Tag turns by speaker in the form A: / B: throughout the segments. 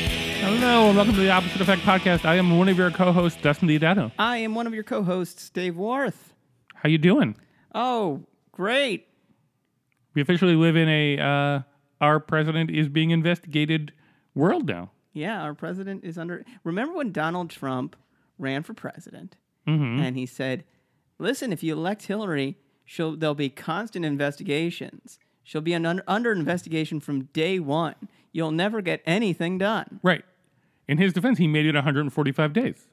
A: Hello and welcome to the Opposite Effect Podcast. I am one of your co-hosts, Dustin Diodato.
B: I am one of your co-hosts, Dave Worth.
A: How you doing?
B: Oh, great.
A: We officially live in a uh, our president is being investigated world now.
B: Yeah, our president is under. Remember when Donald Trump ran for president and he said, "Listen, if you elect Hillary, she'll there'll be constant investigations. She'll be an un- under investigation from day one. You'll never get anything done."
A: Right. In his defense, he made it 145 days.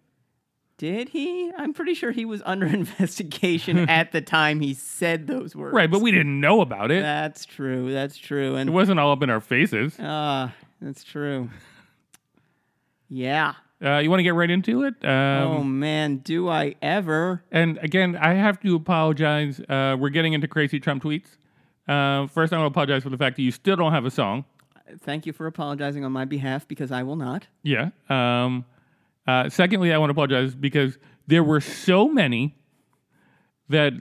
B: Did he? I'm pretty sure he was under investigation at the time he said those words.
A: Right, but we didn't know about it.
B: that's true. That's true.
A: It
B: And
A: wasn't all up in our faces.
B: ah, that's true. Yeah.
A: Uh, you want to get right into it? Um,
B: oh man, do I ever?
A: And again, I have to apologize. Uh, we're getting into crazy Trump tweets. Uh, first, I want to apologize for the fact that you still don't have a song.
B: Thank you for apologizing on my behalf because I will not.
A: Yeah. Um, uh, secondly, I want to apologize because there were so many that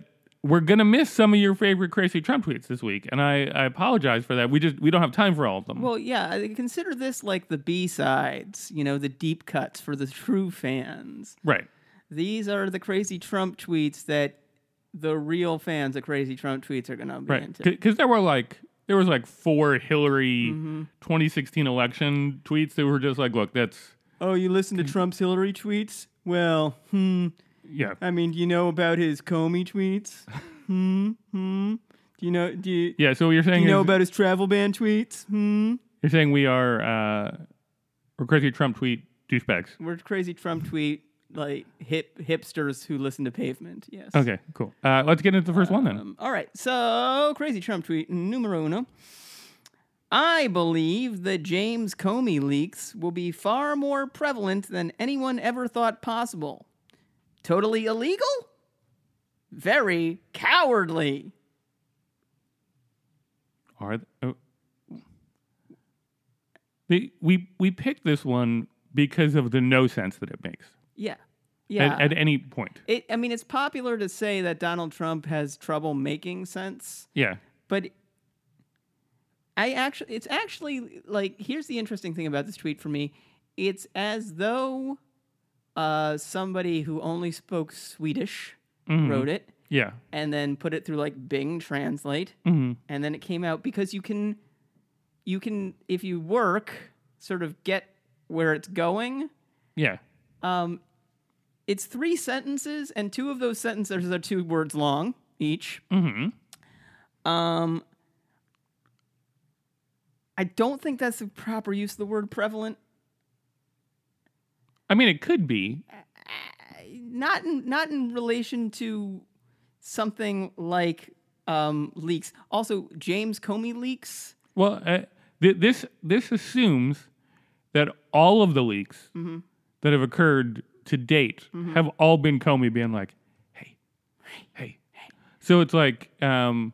A: we're gonna miss some of your favorite crazy Trump tweets this week, and I, I apologize for that. We just we don't have time for all of them.
B: Well, yeah, I- consider this like the B sides, you know, the deep cuts for the true fans.
A: right.
B: These are the crazy Trump tweets that the real fans of crazy Trump tweets are going to be
A: Right.
B: into.
A: Because there were like there was like four Hillary
B: Mm-hmm.
A: 2016 election tweets that were just like, look, that's
B: Oh, you listen to Trump's Hillary tweets? Well, hmm.
A: yeah.
B: I mean, do you know about his Comey tweets? hmm. Hmm. Do you know? Do you,
A: Yeah, so you're saying
B: you know
A: is-
B: about his travel ban tweets? Hmm.
A: You're saying we are uh, we're crazy Trump tweet douchebags.
B: We're crazy Trump tweet like hip hipsters who listen to Pavement. Yes.
A: Okay, cool. Uh, let's get into the first one then.
B: Um, all right. So crazy Trump tweet numero uno. I believe the James Comey leaks will be far more prevalent than anyone ever thought possible. Totally illegal? Very cowardly.
A: Are th- oh. we, we we picked this one because of the no sense that it makes
B: Yeah. Yeah.
A: at, at any point.
B: it, I mean, it's popular to say that Donald Trump has trouble making sense.
A: Yeah,
B: but I actually, it's actually like here's the interesting thing about this tweet for me. It's as though uh, somebody who only spoke Swedish
A: Mhm.
B: wrote it
A: yeah,
B: and then put it through like Bing Translate,
A: Mhm.
B: and then it came out because you can, you can if you work, sort of get where it's going.
A: yeah.
B: Um, it's three sentences, and two of those sentences are two words long each.
A: hmm
B: Um, I don't think that's the proper use of the word prevalent.
A: I mean, it could be.
B: Not in not in relation to something like um, leaks. Also, James Comey leaks.
A: Well, uh, th- this this assumes that all of the leaks that have occurred to date have all been Comey being like, "Hey, hey, hey." So it's like um,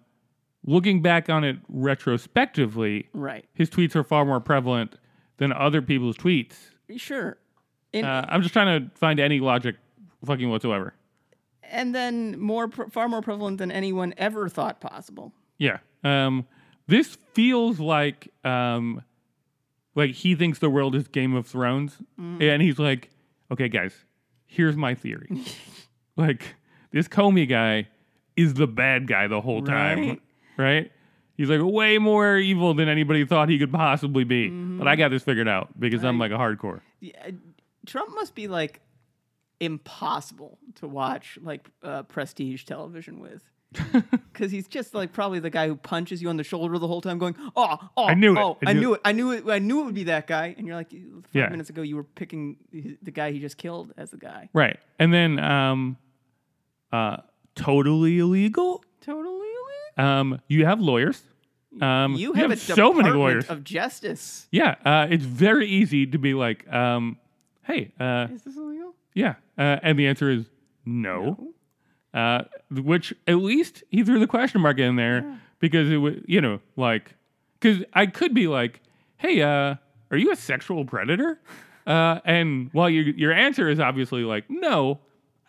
A: looking back on it retrospectively,
B: Right.
A: his tweets are far more prevalent than other people's tweets.
B: Sure. In,
A: Uh, I'm just trying to find any logic, fucking whatsoever.
B: and then more pr- far more prevalent than anyone ever thought possible.
A: Yeah. Um, this feels like um, like he thinks the world is Game of Thrones, and he's like, "Okay, guys, here's my theory. like this Comey guy is the bad guy the whole time,
B: Right.
A: right? He's like way more evil than anybody thought he could possibly be. But I got this figured out because I'm like a hardcore.
B: Yeah, uh, Trump must be like impossible to watch like uh, prestige television with. Because he's just like probably the guy who punches you on the shoulder the whole time, going, "Oh, oh, I
A: knew it.
B: oh,
A: I
B: I
A: knew
B: knew it, I knew it, I knew it would be that guy." And you're like, five
A: Yeah.
B: minutes ago, you were picking the the guy he just killed as the guy.
A: Right. And then um uh totally illegal.
B: Totally.
A: Um you have lawyers. Um
B: You have, a
A: so many
B: Department
A: lawyers.
B: of justice.
A: yeah, uh it's very easy to be like um hey, uh
B: Is this illegal?
A: yeah, uh, and the answer is no. Uh which at least he threw the question mark in there because it was you know like cuz I could be like hey, uh are you a sexual predator? Uh and while your your answer is obviously like no,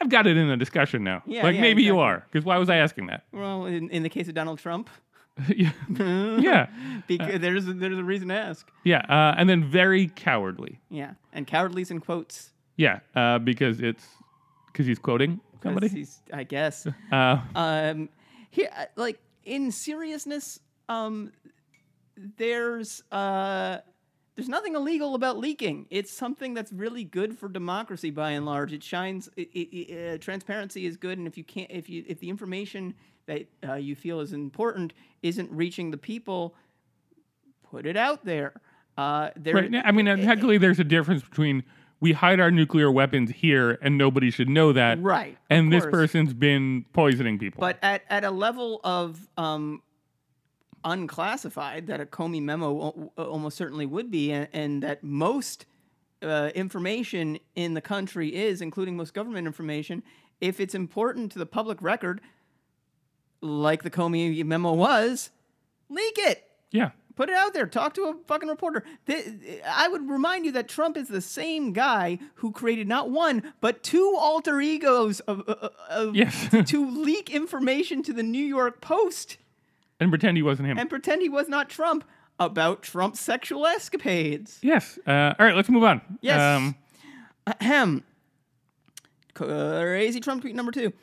A: I've got it in the discussion now.
B: Yeah,
A: like
B: yeah,
A: maybe you
B: exactly.
A: are because why was I asking that?
B: Well, in, in the case of Donald Trump,
A: yeah, yeah,
B: because there's there's a reason to ask.
A: yeah. Uh, and then very cowardly.
B: Yeah, and cowardly's in quotes. 'cause
A: Yeah, uh, because it's because he's quoting somebody.
B: he's- I guess.
A: Uh,
B: um, here, uh, like in seriousness, um, there's uh, there's nothing illegal about leaking. It's something that's really good for democracy by and large. It shines. It, it, it, uh, transparency is good, and if you can't, if you if the information that uh, you feel is important isn't reaching the people, put it out there. Uh, there
A: right. now- I mean, uh, technically, there's a difference between we hide our nuclear weapons here, and nobody should know that.
B: Right, of
A: And this
B: course.
A: person's been poisoning people.
B: But at, at a level of um, unclassified that a Comey memo al- almost certainly would be, and, and that most uh, information in the country is, including most government information, if it's important to the public record, like the Comey memo was, leak it.
A: yeah.
B: Put it out there. Talk to a fucking reporter. Th- I would remind you that Trump is the same guy who created not one but two alter egos of, of, of
A: Yes.
B: to leak information to the New York Post
A: and pretend he wasn't him.
B: and pretend he was not Trump about Trump's sexual escapades.
A: yes. Uh, all right. Let's move on. Um,
B: Yes. Ahem. Crazy Trump tweet number two.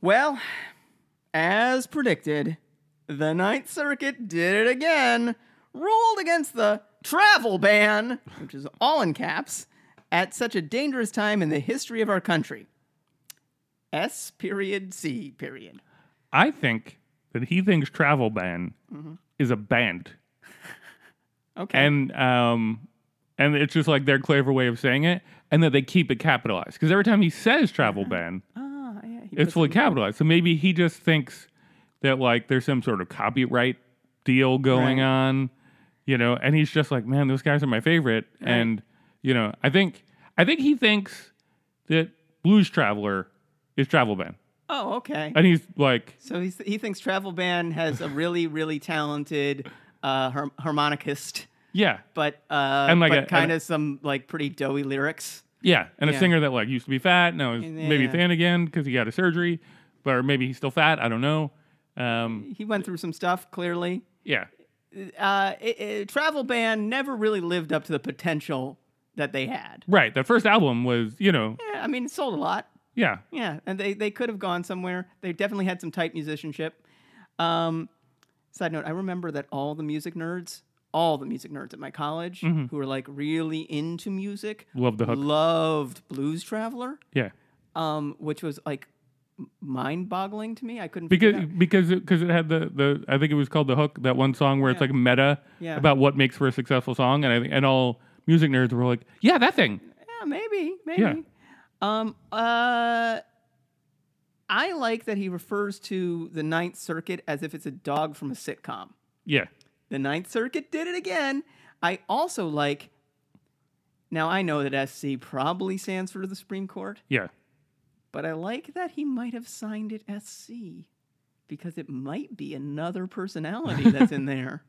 B: Well, as predicted, the Ninth Circuit did it again, ruled against the travel ban, which is all in caps, at such a dangerous time in the history of our country. S period C period.
A: I think that he thinks travel ban
B: Mm-hmm.
A: is a band,
B: Okay.
A: and um, and it's just like their clever way of saying it, and that they keep it capitalized because every time he says travel ban,
B: ah, yeah, he
A: it's fully capitalized. So maybe he just thinks that like there's some sort of copyright deal going
B: Right.
A: on, you know, and he's just like, man, those guys are my favorite, and you know, I think I think he thinks that Blues Traveler is travel ban,
B: Oh, okay.
A: and he's like.
B: So he's, he thinks Travel Ban has a really, really talented uh, har- harmonicist,
A: Yeah,
B: but uh,
A: And like
B: but
A: a-
B: kind
A: and
B: of some like pretty doughy lyrics.
A: Yeah, and a
B: Yeah.
A: singer that like used to be fat, now is
B: And,
A: maybe
B: yeah.
A: thin again because he got a surgery, but or maybe he's still fat. I don't know. Um,
B: He went through some stuff clearly.
A: yeah,
B: Uh, it, it- Travel Ban never really lived up to the potential that they had.
A: right. That first album was, you know,
B: Yeah, I mean, it sold a lot.
A: yeah,
B: Yeah, and they, they could have gone somewhere. They definitely had some tight musicianship. Um, side note, I remember that all the music nerds, all the music nerds at my college who were like really into music,
A: Mm-hmm. Loved the hook.
B: loved Blues Traveler,
A: yeah.
B: um, which was like mind boggling to me. I couldn't figure
A: Because
B: it out.
A: because because it had the the I think it was called the hook that one song where it's like meta
B: Yeah.
A: about what makes for a successful song, and I think and all music nerds were like, yeah, that thing.
B: Yeah, maybe, maybe.
A: Yeah.
B: Um, uh, I like that he refers to the Ninth Circuit as if it's a dog from a sitcom.
A: Yeah,
B: The Ninth Circuit did it again. I also like. Now I know that SC probably stands for the Supreme Court,
A: yeah,
B: but I like that he might have signed it SC because it might be another personality that's in there.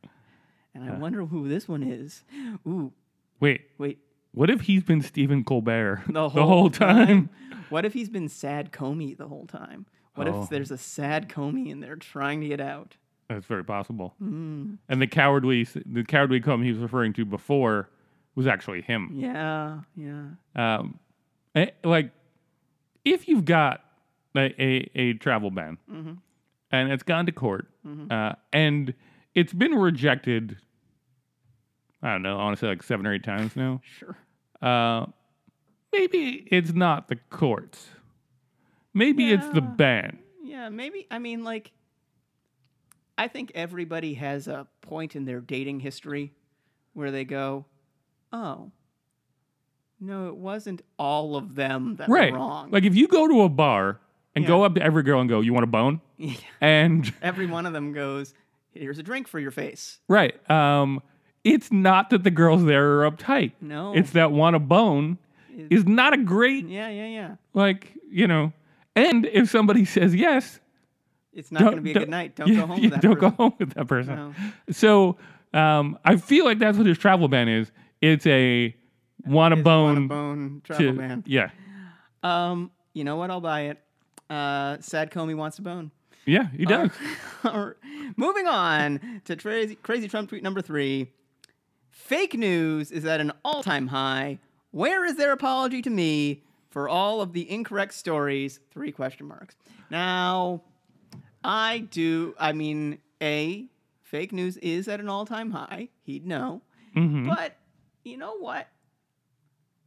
B: And I wonder who this one is. Ooh,
A: Wait,
B: wait.
A: what if he's been Stephen Colbert
B: The whole,
A: time?
B: What if he's been sad Comey the whole time? What
A: Oh.
B: if there's a sad Comey in there trying to get out?
A: That's very possible.
B: Mm.
A: And the cowardly the cowardly cum he was referring to before was actually him.
B: Yeah, yeah.
A: um, eh, like if you've got a, a, a travel ban
B: Mm-hmm.
A: and it's gone to court uh, and it's been rejected i don't know honestly like seven or eight times now
B: Sure.
A: uh, maybe it's not the courts maybe it's the
B: Yeah.
A: ban
B: Yeah, maybe. I mean, like, I think everybody has a point in their dating history where they go, oh, no, it wasn't all of them that
A: right
B: were wrong.
A: like if you go to a bar and
B: Yeah.
A: go up to every girl and go you want a bone and
B: Every one of them goes, here's a drink for your face.
A: right um it's not that the girls there are uptight
B: No.
A: It's that want a bone is not a great
B: yeah, yeah, yeah.
A: like you know. And if somebody says yes,
B: It's not going to be a
A: don't-
B: good night. Don't
A: yeah,
B: go home
A: yeah,
B: with that
A: don't
B: person.
A: go home with that person.
B: No.
A: So um, I feel like that's what his travel ban is. It's a want a
B: Is want
A: bone.
B: a bone
A: to-
B: travel ban.
A: Yeah,
B: Um, you know what? I'll buy it. Uh, Sad Comey wants a bone.
A: Yeah, he does.
B: Alright, Moving on to crazy, crazy Trump tweet number three. Fake news is at an all time high. Where is their apology to me for all of the incorrect stories? Three question marks. Now, I do, I mean, A, fake news is at an all time high. He'd know.
A: Mm-hmm.
B: But you know what?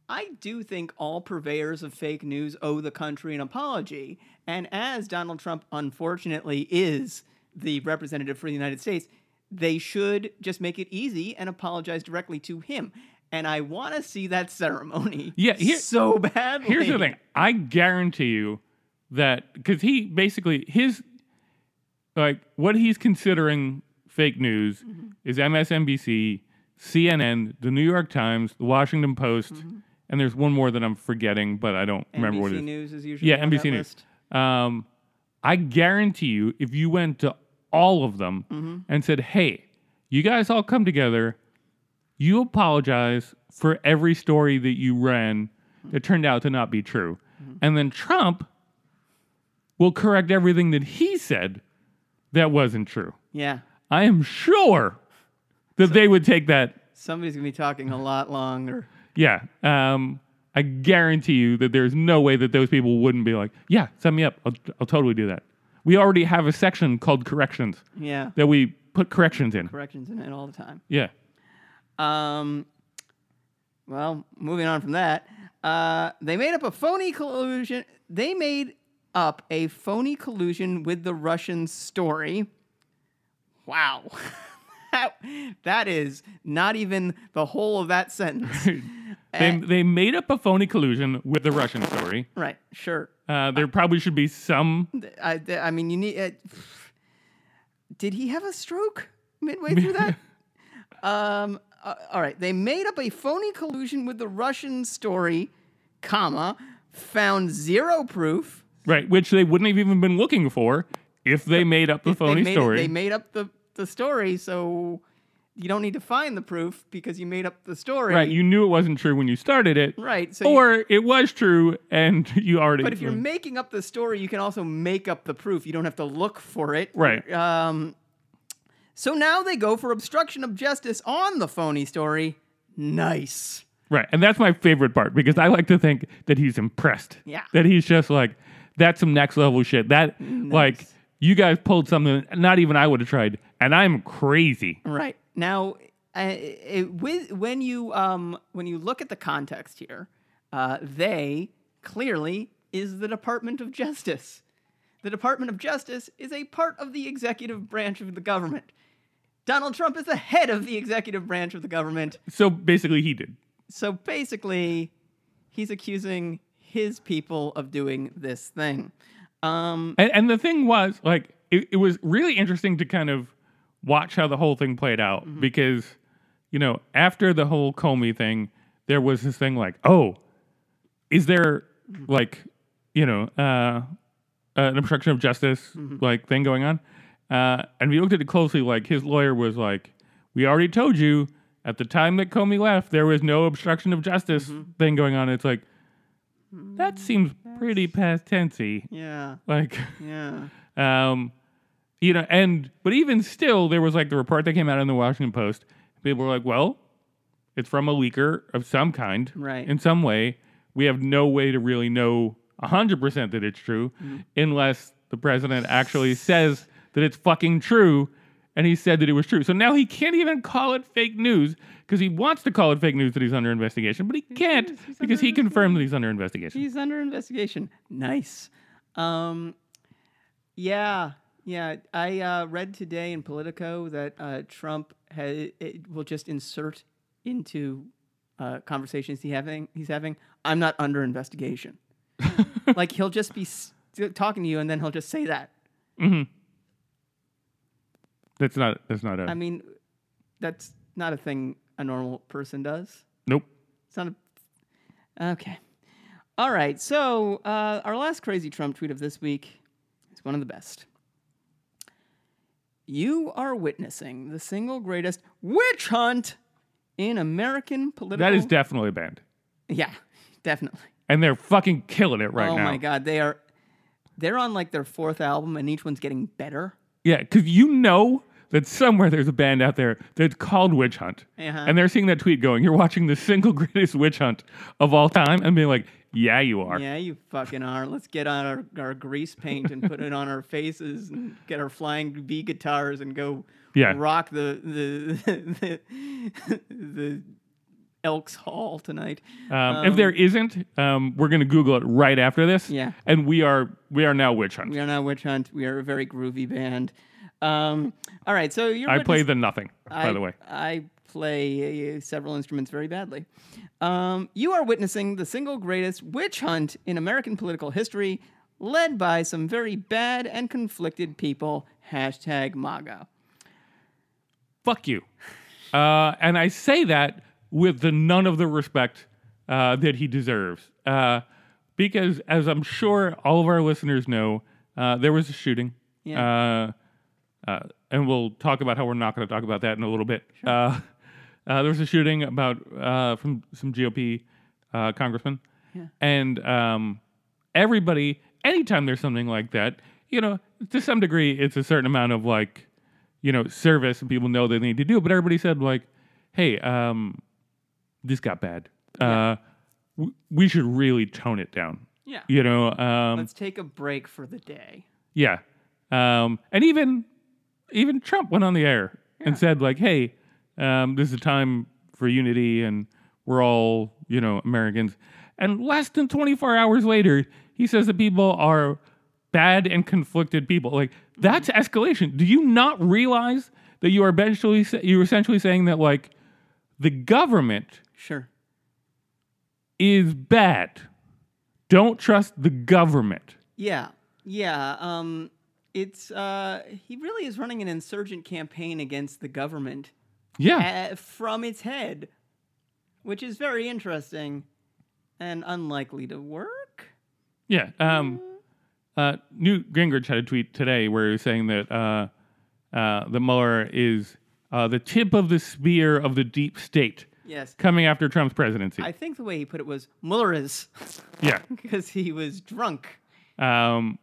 B: I do think all purveyors of fake news owe the country an apology. And as Donald Trump, unfortunately, is the representative for the United States, they should just make it easy and apologize directly to him. And I want to see that ceremony.
A: Yeah, here-
B: so badly.
A: Here's the thing. I guarantee you that because he basically his like what he's considering fake news is MSNBC, CNN, the New York Times, the Washington Post, and there's one more that I'm forgetting, but I don't remember what
B: NBC
A: it is.
B: News is usually
A: Yeah,
B: on that
A: NBC News.
B: list.
A: Um, I guarantee you, if you went to all of them
B: Mm-hmm.
A: and said, "Hey, you guys all come together, you apologize for every story that you ran that turned out to not be true,"
B: Mm-hmm.
A: and then Trump will correct everything that he said that wasn't true.
B: Yeah,
A: I am sure that they would take that.
B: somebody's gonna be talking a lot longer.
A: Yeah. Um, I guarantee you that there's no way that those people wouldn't be like, yeah, sign me up. I'll, I'll totally do that. We already have a section called corrections
B: Yeah,
A: that we put corrections in.
B: corrections in it all the time.
A: Yeah.
B: Um, well, moving on from that, uh, they made up a phony collusion. They made up a phony collusion with the Russian story. Wow. that, that is not even the whole of that sentence. Eh.
A: They, they made up a phony collusion with the Russian story.
B: right, sure.
A: Uh, there probably should be some.
B: I, I mean, you need. Uh, did he have a stroke midway through that? um, uh, all right. They made up a phony collusion with the Russian story, comma, found zero proof.
A: Right, which they wouldn't have even been looking for if they made up the phony
B: they made,
A: story.
B: They made up the, the story, so you don't need to find the proof because you made up the story.
A: right, you knew it wasn't true when you started it.
B: Right, so you-
A: or it was true and you already.
B: But if you're making up the story, you can also make up the proof. You don't have to look for it.
A: Right.
B: Um, so now they go for obstruction of justice on the phony story. Nice.
A: Right. And that's my favorite part because I like to think that he's impressed.
B: Yeah.
A: That he's just like, that's some next level shit. That, like, you guys pulled something not even I would have tried. And I'm crazy.
B: Right now, uh, it, with when you um when you look at the context here, uh, they clearly is the Department of Justice. The Department of Justice is a part of the executive branch of the government. Donald Trump is the head of the executive branch of the government.
A: So basically, he did.
B: So basically, he's accusing his people of doing this thing. Um,
A: And, and the thing was, like, it, it was really interesting to kind of watch how the whole thing played out because, you know, after the whole Comey thing, there was this thing like, oh, is there like, you know, uh, an obstruction of justice like thing going on? Uh, and we looked at it closely. Like his lawyer was like, "We already told you at the time that Comey left, there was no obstruction of justice thing going on." It's like that seems pretty past tensey.
B: yeah,
A: Like.
B: yeah,
A: Um, you know, and but even still, there was like the report that came out in the Washington Post. People were like, "Well, it's from a leaker of some kind,
B: Right.
A: In some way, we have no way to really know hundred percent that it's true,
B: Mm-hmm.
A: unless the president actually says that it's fucking true." And he said that it was true. So now he can't even call it fake news because he wants to call it fake news that he's under investigation, but he can't
B: is. He's
A: because
B: under
A: he confirmed that he's under investigation.
B: he's under investigation. Nice. Um, yeah, yeah. I uh, read today in Politico that uh, Trump has, it will just insert into uh, conversations he having he's having. I'm not under investigation. like he'll just be s- talking to you, and then he'll just say that.
A: That's not. That's not a.
B: I mean, that's not a thing a normal person does.
A: nope.
B: It's not a. Okay. All right. So, uh, our last crazy Trump tweet of this week is one of the best. You are witnessing the single greatest witch hunt in American political.
A: That is definitely banned.
B: yeah, definitely.
A: and they're fucking killing it right
B: oh
A: now.
B: my God, they are. They're on like their fourth album, and each one's getting better.
A: Yeah, because you know that somewhere there's a band out there that's called Witch Hunt.
B: Uh-huh.
A: And they're seeing that tweet going, You're watching the single greatest witch hunt of all time, and being like, Yeah, you are.
B: Yeah, you fucking are. Let's get on our, our grease paint and put it on our faces and get our flying V guitars and go
A: Yeah.
B: rock the the the, the Elks Hall tonight.
A: Um, if there isn't, um, we're going to Google it right after this.
B: Yeah.
A: And we are we are now Witch Hunt.
B: We are not Witch Hunt. We are a very groovy band. Um, all right, so you're.
A: I play the nothing, by the way.
B: I play uh, several instruments very badly. Um, you are witnessing the single greatest witch hunt in American political history, led by some very bad and conflicted people. Hashtag MAGA.
A: Fuck you. Uh, and I say that with the none of the respect uh, that he deserves. Uh, because, as I'm sure all of our listeners know, uh, there was a shooting.
B: Yeah.
A: Uh, uh, and we'll talk about how we're not going to talk about that in a little bit. Uh, uh, there was a shooting about uh, from some GOP uh, congressman, and um, everybody. Anytime there's something like that, you know, to some degree, it's a certain amount of like, you know, service, and people know they need to do. it, But everybody said like, "Hey, um, this got bad. Uh, w- we should really tone it down."
B: Yeah.
A: You know, um,
B: Let's take a break for the day.
A: yeah. Um, and even even Trump went on the air and said like, "Hey, um, this is a time for unity, and we're all you know Americans." And less than 24 hours later, he says that people are bad and conflicted people. Like that's escalation. Do you not realize that you are eventually you're essentially saying that like the government
B: Sure.
A: is bad. Don't trust the government.
B: Yeah. Yeah. Um, it's uh, he really is running an insurgent campaign against the government.
A: Yeah.
B: uh, from its head, which is very interesting and unlikely to work.
A: Yeah. Um, uh, Newt Gingrich had a tweet today where he was saying that uh, uh, the Mueller is uh, the tip of the spear of the deep state
B: Yes.
A: coming after Trump's presidency.
B: I think the way he put it was Mueller is
A: yeah.
B: because he was drunk.
A: Um,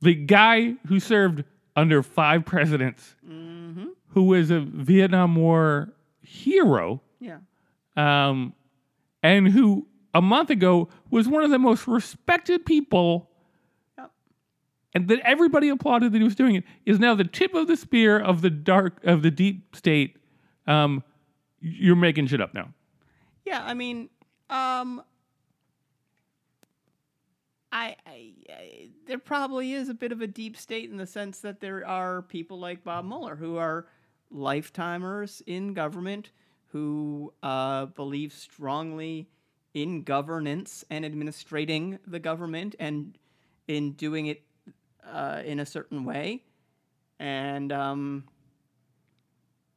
A: the guy who served under five presidents, who was a Vietnam War hero,
B: Yeah.
A: um, and who a month ago was one of the most respected people,
B: Yep.
A: and that everybody applauded that he was doing it, is now the tip of the spear of the dark of the deep state. Um, you're making shit up now.
B: Yeah, I mean, um I, I, I there probably is a bit of a deep state in the sense that there are people like Bob Mueller who are lifetimers in government who uh, believe strongly in governance and administrating the government and in doing it uh, in a certain way. And um,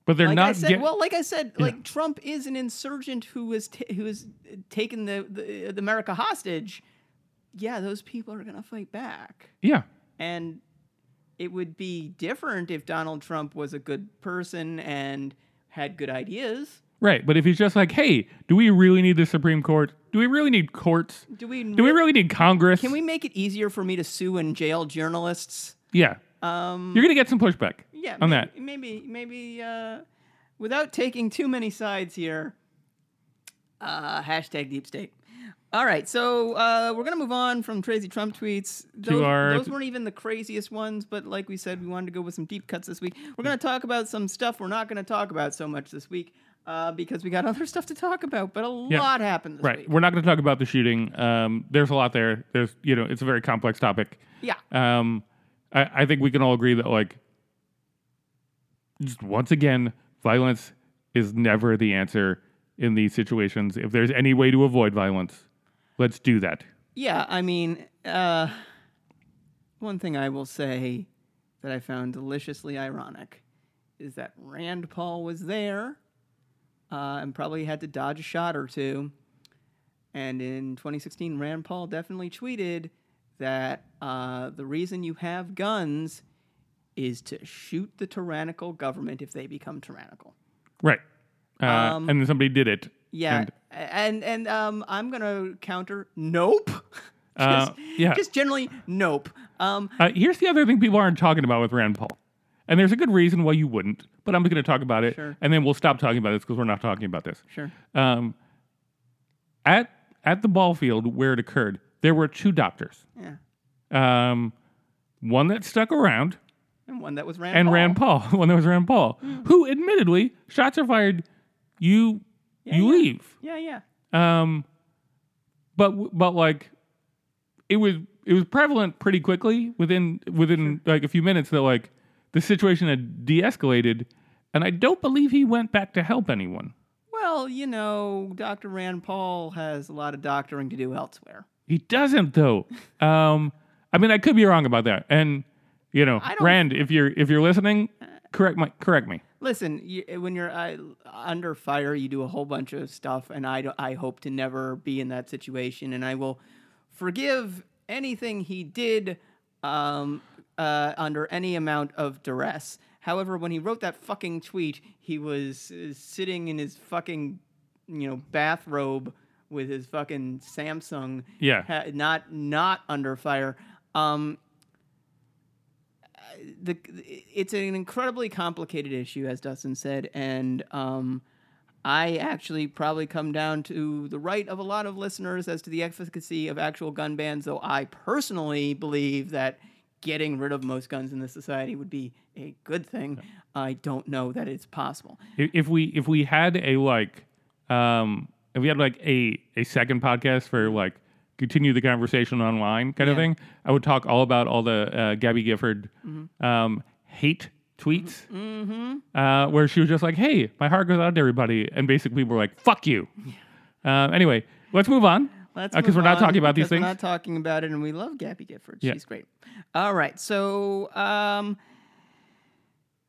A: But they're
B: like
A: not.
B: I said,
A: get-
B: well, like I said, like Trump is an insurgent who was ta- who has taken the, the the America hostage. Yeah, those people are gonna fight back,
A: yeah,
B: and it would be different if Donald Trump was a good person and had good ideas.
A: right. But if he's just like, hey, do we really need the Supreme Court? Do we really need courts?
B: Do we?
A: Do we really need Congress?
B: Can we make it easier for me to sue and jail journalists?
A: Yeah,
B: Um,
A: you're gonna get some pushback.
B: yeah,
A: on
B: maybe,
A: that.
B: maybe, maybe, uh, without taking too many sides here. Uh, hashtag deep state. All right, so uh, we're gonna move on from crazy Trump tweets. Those,
A: our-
B: those weren't even the craziest ones, but like we said, we wanted to go with some deep cuts this week. We're gonna talk about some stuff we're not gonna talk about so much this week uh, because we got other stuff to talk about. But a
A: Yeah.
B: lot happened this
A: Right.
B: week.
A: We're not going to talk about the shooting. Um, there's a lot there. There's, you know, it's a very complex topic.
B: Yeah,
A: Um, I, I think we can all agree that, like, just once again, violence is never the answer in these situations. If there's any way to avoid violence, let's do that.
B: yeah. I mean, uh, one thing I will say that I found deliciously ironic is that Rand Paul was there uh, and probably had to dodge a shot or two. And in 2016, Rand Paul definitely tweeted that uh, the reason you have guns is to shoot the tyrannical government if they become tyrannical.
A: Right. Uh,
B: Um,
A: and then somebody did it.
B: Yeah,
A: And-
B: and and, um, I'm gonna counter. Nope.
A: Uh, yeah.
B: Just generally, nope. Um,
A: Uh, here's the other thing people aren't talking about with Rand Paul. And there's a good reason why you wouldn't, but I'm going to talk about it.
B: Sure.
A: And then we'll stop talking about this because we're not talking about this.
B: sure.
A: Um, at, at the ball field where it occurred, there were two doctors.
B: Yeah.
A: Um, one that stuck around
B: And one that was Rand
A: and
B: Paul. Mm.
A: Rand Paul, one that was Rand Paul, who admittedly, shots are fired, you, you
B: yeah.
A: leave.
B: Yeah, yeah.
A: Um, but but like, it was it was prevalent pretty quickly within within like a few minutes that like the situation had de-escalated, and I don't believe he went back to help anyone.
B: Well, you know, Dr. Rand Paul has a lot of doctoring to do elsewhere.
A: He doesn't though. Um, I mean, I could be wrong about that, and you know,
B: I don't- Uh,
A: Rand, if you're if you're listening, correct my correct me.
B: Listen, you, when you're uh, under fire, you do a whole bunch of stuff, and I, do- I hope to never be in that situation, and I will forgive anything he did um, uh, under any amount of duress. However, when he wrote that fucking tweet, he was uh, sitting in his fucking, you know, bathrobe with his fucking Samsung,
A: Yeah.
B: ha- not not under fire. Um, the it's an incredibly complicated issue, as Dustin said, and um, I actually probably come down to the right of a lot of listeners as to the efficacy of actual gun bans. Though I personally believe that getting rid of most guns in this society would be a good thing. I don't know that it's possible.
A: If if we if we had a like um if we had like a a second podcast for like continue the conversation online kind of
B: Yeah.
A: thing, I would talk all about all the uh, Gabby Gifford
B: Mm-hmm.
A: um hate tweets uh, where she was just like, "Hey, my heart goes out to everybody," and basically people were like, "Fuck you." Um, anyway, let's move on
B: Let's
A: because Uh, we're
B: move
A: not
B: on,
A: talking about these
B: because
A: things.
B: We're not talking about it, and we love Gabby Gifford. She's great. All right, so um,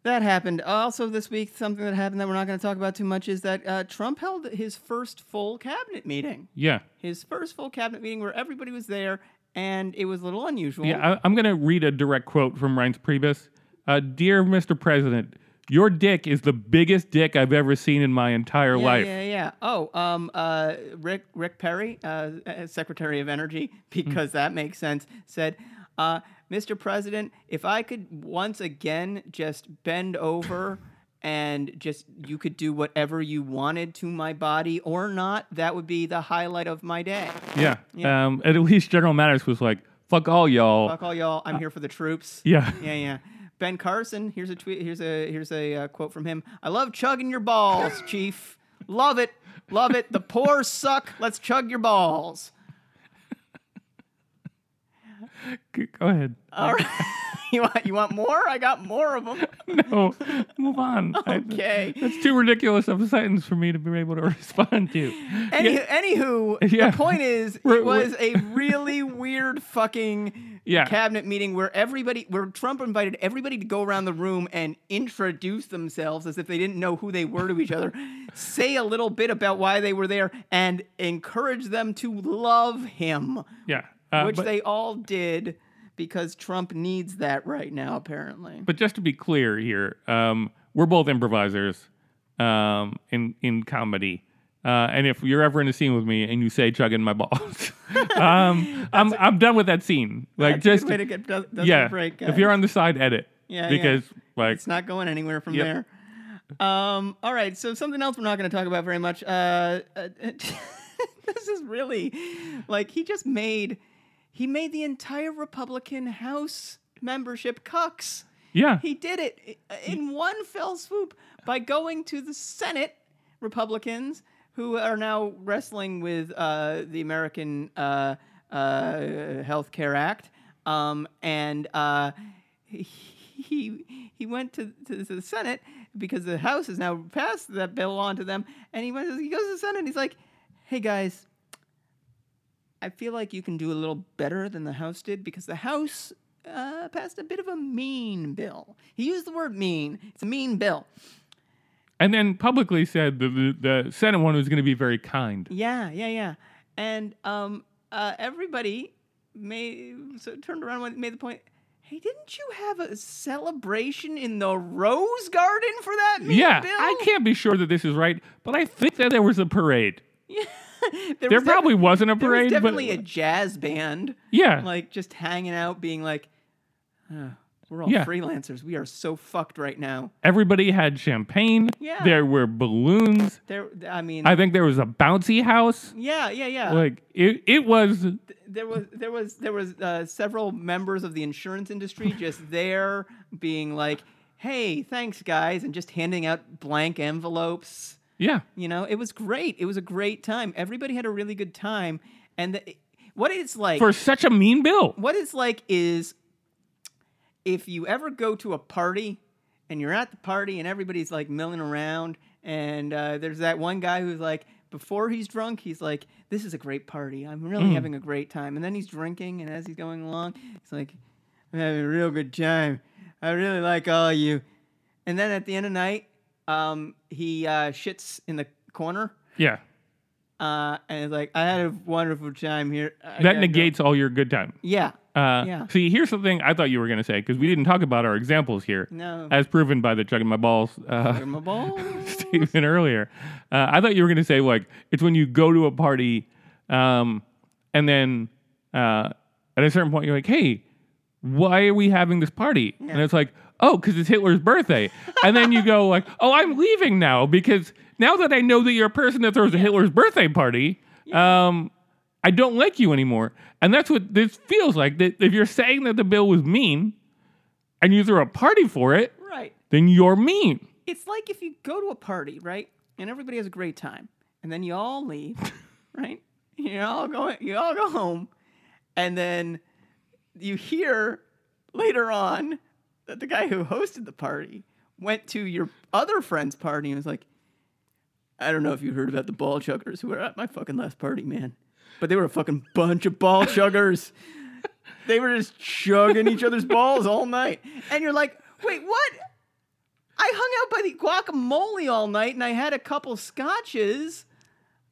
B: that happened. Also, this week, something that happened that we're not going to talk about too much is that uh, Trump held his first full cabinet meeting.
A: yeah,
B: His first full cabinet meeting where everybody was there, and it was a little unusual.
A: yeah. I, I'm gonna read a direct quote from Reince Priebus. Uh, Dear Mr. President, your dick is the biggest dick I've ever seen in my entire
B: yeah,
A: life.
B: yeah, yeah. Oh, um, uh, Rick Rick Perry, uh, uh, Secretary of Energy, because that makes sense, said, uh, "Mr. President, if I could once again just bend over." And just you could do whatever you wanted to my body or not. That would be the highlight of my day.
A: Yeah. Um, at least General Matters was like, fuck all y'all.
B: Fuck all y'all. I'm here for the troops.
A: Yeah.
B: yeah, yeah. Ben Carson, here's a tweet. Here's a here's a uh, quote from him. I love chugging your balls, Chief. Love it, love it. The poor suck. Let's chug your balls.
A: G- Go ahead.
B: All right. you want you want more? I got more of them.
A: No, move on. I-
B: Okay.
A: that's too ridiculous of a sentence for me to be able to respond to.
B: Any,
A: Yeah,
B: Anywho,
A: Yeah.
B: the point is,
A: We're-
B: it was a really weird fucking
A: Yeah.
B: cabinet meeting where everybody, where Trump invited everybody to go around the room and introduce themselves as if they didn't know who they were to each other, say a little bit about why they were there, and encourage them to love him,
A: yeah. Uh,
B: which
A: but,
B: they all did because Trump needs that right now, apparently.
A: but just to be clear here, um, we're both improvisers um, in, in comedy. Uh, and if you're ever in a scene with me and you say chugging my balls, um, I'm, I'm done with that scene. Like
B: That's
A: just
B: a good way to get does, doesn't
A: yeah.
B: break.
A: if
B: guys.
A: you're on the side, edit.
B: Yeah, yeah.
A: Because like
B: It's not going anywhere from
A: Yep.
B: there. Um, all right, so something else we're not going to talk about very much. Uh, uh, this is really like he just made he made the entire Republican House membership cucks.
A: yeah,
B: He did it i- in one fell swoop by going to the Senate Republicans, who are now wrestling with uh, the American uh, uh, Health Care Act, um, and uh, he he went to, to the Senate because the House has now passed that bill on to them, and he went he goes to the Senate. and He's like, "Hey guys, I feel like you can do a little better than the House did because the House uh, passed a bit of a mean bill. He used the word mean. It's a mean bill.
A: and then publicly said the the, the Senate one was going to be very kind.
B: Yeah, yeah, yeah. And um, uh, everybody made, so turned around and made the point hey, didn't you have a celebration in the Rose Garden for that mean
A: Yeah,
B: bill?
A: I can't be sure that this is right, but I think that there was a parade.
B: Yeah. There,
A: There
B: was defi-
A: probably wasn't a
B: there was
A: parade, but
B: definitely a jazz band,
A: yeah,
B: like just hanging out, being like, "Ugh, "We're all
A: Yeah.
B: freelancers. We are so fucked right now."
A: everybody had champagne.
B: Yeah.
A: There were balloons.
B: There, I mean,
A: I think there was a bouncy house.
B: yeah, yeah, yeah.
A: Like it, it was
B: there was there was there was uh, several members of the insurance industry just there being like hey thanks guys and just handing out blank envelopes
A: yeah.
B: you know it was great it was a great time everybody had a really good time and the, what it's like
A: For such a mean bill.
B: what it's like is if you ever go to a party and you're at the party and everybody's like milling around and uh, there's that one guy who's like before he's drunk he's like this is a great party i'm really having a great time and then he's drinking and as he's going along he's like i'm having a real good time i really like all you and then at the end of the night um, he uh, shits in the corner
A: Yeah.
B: uh, and is like i had a wonderful time here I gotta
A: That
B: go."
A: negates all your good time.
B: yeah
A: Uh,
B: Yeah.
A: See, here's the thing I thought you were going to say because we didn't talk about our examples here,
B: no
A: as proven by the chugging my balls uh,
B: Give him a ball.
A: statement earlier. Uh, I thought you were going to say like it's when you go to a party, um, and then uh, at a certain point you're like, hey, why are we having this party? And it's like, oh, because it's Hitler's birthday. and then you go like, oh, I'm leaving now because now that I know that you're a person that throws a Hitler's birthday party, um, I don't like you anymore. And that's what this feels like. That if you're saying that the bill was mean, and you threw a party for it,
B: right.
A: then you're mean.
B: It's like if you go to a party, right? And everybody has a great time. And then you all leave, right? You all go you all go home. And then you hear later on that the guy who hosted the party went to your other friend's party and was like, I don't know if you heard about the ball chuggers who were at my fucking last party, man. But they were a fucking bunch of ball chuggers. they were just chugging each other's balls all night. And you're like, wait, what? I hung out by the guacamole all night and I had a couple scotches.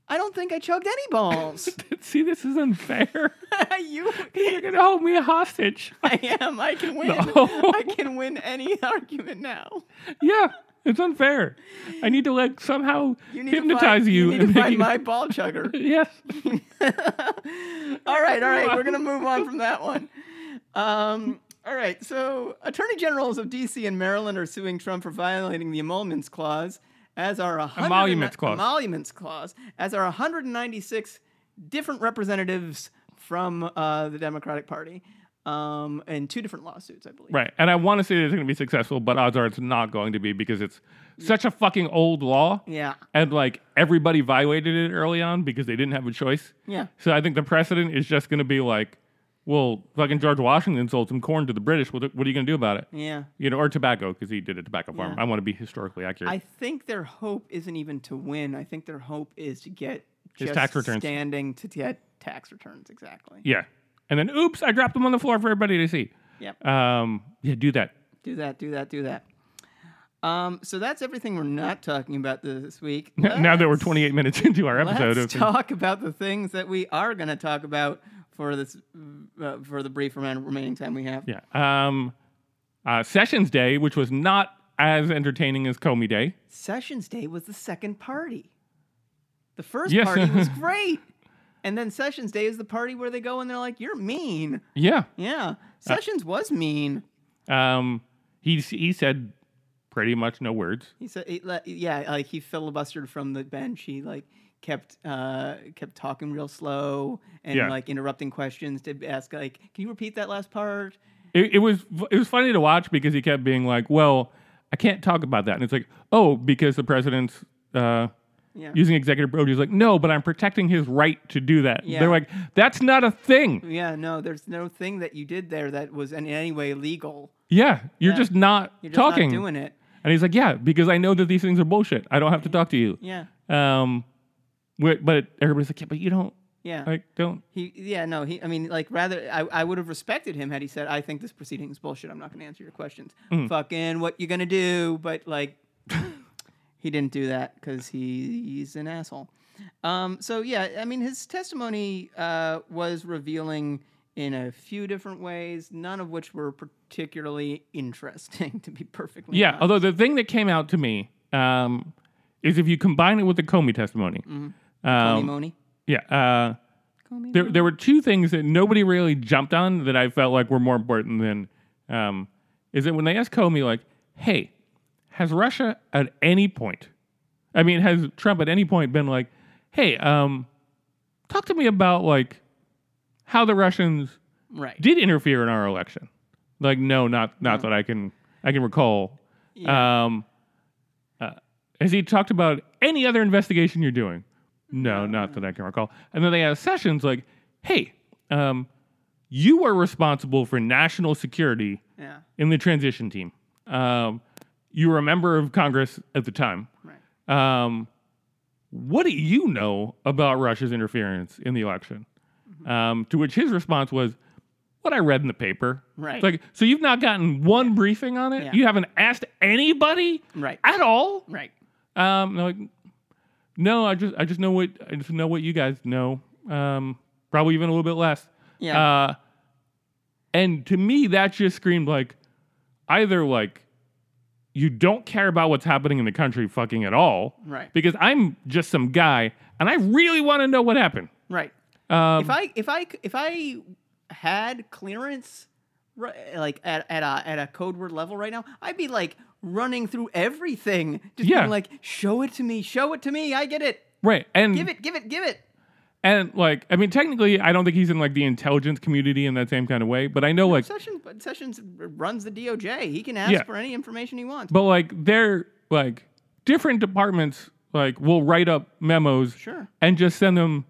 B: I don't think I chugged any balls.
A: See, this is unfair.
B: you,
A: You're gonna hold me hostage.
B: I am. I can win.
A: No.
B: I can win any argument now.
A: Yeah, it's unfair. I need to like somehow
B: You need to
A: hypnotize
B: find,
A: you.
B: need
A: and
B: to
A: make
B: find
A: you-
B: my ball chugger.
A: yes.
B: all right, all right. We're gonna move on from that one. Um, all right. So, attorney generals of D.C. and Maryland are suing Trump for violating the emoluments clause, as are a hundred and-
A: Emoluments clause.
B: Emoluments clause, as are 196 different representatives from uh, the Democratic Party, um, in two different lawsuits, I believe.
A: Right. And I want to say that it's gonna be successful, but odds are it's not going to be because it's such a fucking old law.
B: Yeah.
A: And like everybody violated it early on because they didn't have a choice.
B: Yeah.
A: So I think the precedent is just gonna be like, well, fucking George Washington sold some corn to the British. What, what are you gonna do about it?
B: Yeah.
A: You know, or tobacco because he did a tobacco farm. I want to be historically accurate.
B: I think their hope isn't even to win. I think their hope is to get
A: Just
B: just
A: tax returns.
B: standing to get tax returns. Exactly.
A: yeah. And then, oops, I dropped them on the floor for everybody to see.
B: Yep.
A: Um, yeah, do that.
B: Uh, Do that. Do that. Do that. Um, so that's everything we're not talking about this week. Let's,
A: now that we're 28 minutes into our episode of
B: let's talk about the things that we are going to talk about for this uh, for the brief amount of remaining time we have.
A: yeah, um, uh, Sessions Day, which was not as entertaining as Comey Day.
B: Sessions Day was the second party. The first
A: Yes.
B: party was great, and then Sessions Day is the party where they go and they're like, "You're mean."
A: Yeah,
B: Yeah, Sessions was mean.
A: um, he he said pretty much no words.
B: He said, he le- "Yeah, like he filibustered from the bench. He like kept uh kept talking real slow and
A: Yeah.
B: like interrupting questions to ask like, can you repeat that last part?"
A: It, it was it was funny to watch because he kept being like, "Well, I can't talk about that," and it's like, "Oh, because the president's." Uh,
B: Yeah,
A: Using executive privilege, he's like, no, but I'm protecting his right to do that.
B: Yeah.
A: They're like, that's not a thing.
B: yeah. No, there's no thing that you did there that was in any way legal.
A: Yeah, you're
B: Yeah.
A: just not
B: You're just
A: talking.
B: not doing it.
A: and he's like, yeah, because I know that these things are bullshit. I don't have to talk to you.
B: Yeah,
A: Um, wi- but everybody's like, yeah, but you don't
B: yeah.
A: like don't.
B: He, yeah, no, he. I mean, like, rather, I, I would have respected him had he said, "I think this proceeding is bullshit. I'm not going to answer your questions.
A: Mm.
B: Fucking, what you gonna do?" But like, he didn't do that because he, he's an asshole. Um, so yeah, I mean, his testimony uh, was revealing in a few different ways, none of which were particularly interesting, to be perfectly
A: Yeah.
B: honest.
A: Although the thing that came
B: Mm-hmm.
A: out to me um, is if you combine it with the Comey testimony,
B: Tony
A: um,
B: Moni.
A: Yeah. Uh,
B: Call me
A: there, there were two things that nobody really jumped on that I felt like were more important than um, is that when they asked Comey, like, hey, has Russia at any point, I mean, has Trump at any point been like, hey, um, talk to me about like how the Russians
B: right.
A: did interfere in our election? Like, no, not not that I can I can recall. Um, uh, has he talked about any other investigation you're doing? No, not that I can recall. And then they asked Sessions, like, hey, um, you were responsible for national security
B: yeah.
A: in the transition team. Um, you were a member of Congress at the time.
B: Right.
A: Um, what do you know about Russia's interference in the election?
B: Mm-hmm.
A: Um, to which his response was, what I read in the paper.
B: Right.
A: It's like, so you've not gotten one briefing on it?
B: Yeah.
A: You haven't asked anybody
B: Right.
A: at all?
B: Right.
A: Um, and they're like, no, I just, I just know what, I just know what you guys know. Um, probably even a little bit less.
B: Yeah.
A: Uh, and to me, that just screamed like either like you don't care about what's happening in the country fucking at all,
B: Right.
A: Because I'm just some guy, and I really want to know what happened.
B: right.
A: Um,
B: if I if I c- if I had clearance ri- like at at a, at a code word level right now, I'd be like running through everything, just
A: Yeah.
B: being like, "Show it to me, show it to me, I get it,
A: right, and
B: give it, give it, give it."
A: and like I mean, technically, I don't think he's in like the intelligence community in that same kind of way, but I know like,
B: Sessions but Sessions r- runs the DOJ. He can ask
A: Yeah.
B: for any information he wants.
A: but like they're like different departments like will write up memos
B: Sure.
A: and just send them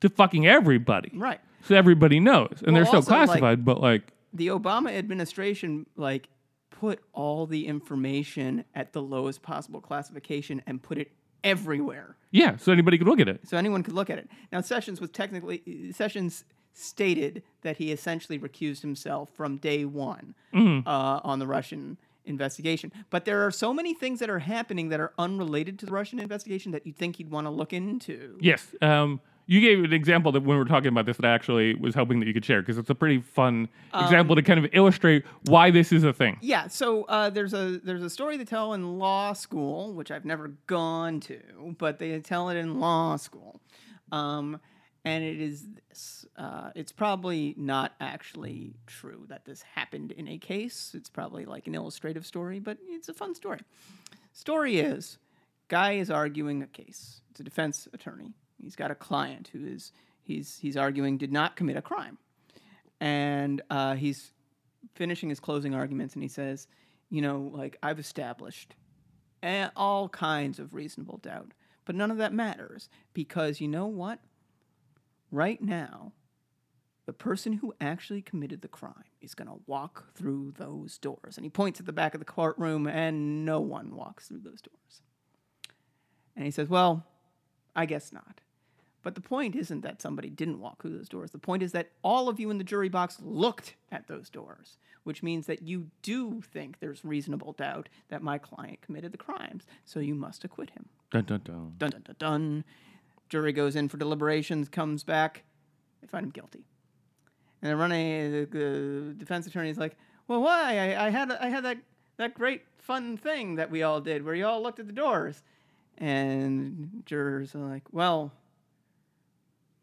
A: to fucking everybody,
B: right.
A: so everybody knows, and they're
B: Well,
A: still
B: also, like-
A: classified, but like.
B: The Obama administration like put all the information at the lowest possible classification and put it everywhere.
A: Yeah, so anybody could look at it.
B: so anyone could look at it. Now Sessions was technically Sessions stated that he essentially recused himself from day one uh, on the Russian investigation. But there are so many things that are happening that are unrelated to the Russian investigation that you'd think he'd want to look into.
A: Yes. Um, you gave an example that when we were talking about this that I actually was hoping that you could share because it's a pretty fun example
B: Um,
A: to kind of illustrate why this is a thing.
B: Yeah, so uh, there's a there's a story they tell in law school, which I've never gone to, but they tell it in law school, um, and it is this. Uh, it's probably not actually true that this happened in a case. It's probably like an illustrative story, but it's a fun story. Story is, guy is arguing a case. It's a defense attorney. He's got a client who is he's he's arguing did not commit a crime and uh, he's finishing his closing arguments and he says you know like i've established a- all kinds of reasonable doubt but none of that matters because you know what right now the person who actually committed the crime is going to walk through those doors and he points at the back of the courtroom and no one walks through those doors and he says well i guess not but the point isn't that somebody didn't walk through those doors. The point is that all of you in the jury box looked at those doors, which means that you do think there's reasonable doubt that my client committed the crimes, so you must acquit him.
A: Dun, dun, dun.
B: Dun dun dun dun. Jury goes in for deliberations, comes back, they find him guilty. And the running the, the defense attorney is like, "Well, why? I, I had I had that that great fun thing that we all did, where you all looked at the doors." And jurors are like, "Well,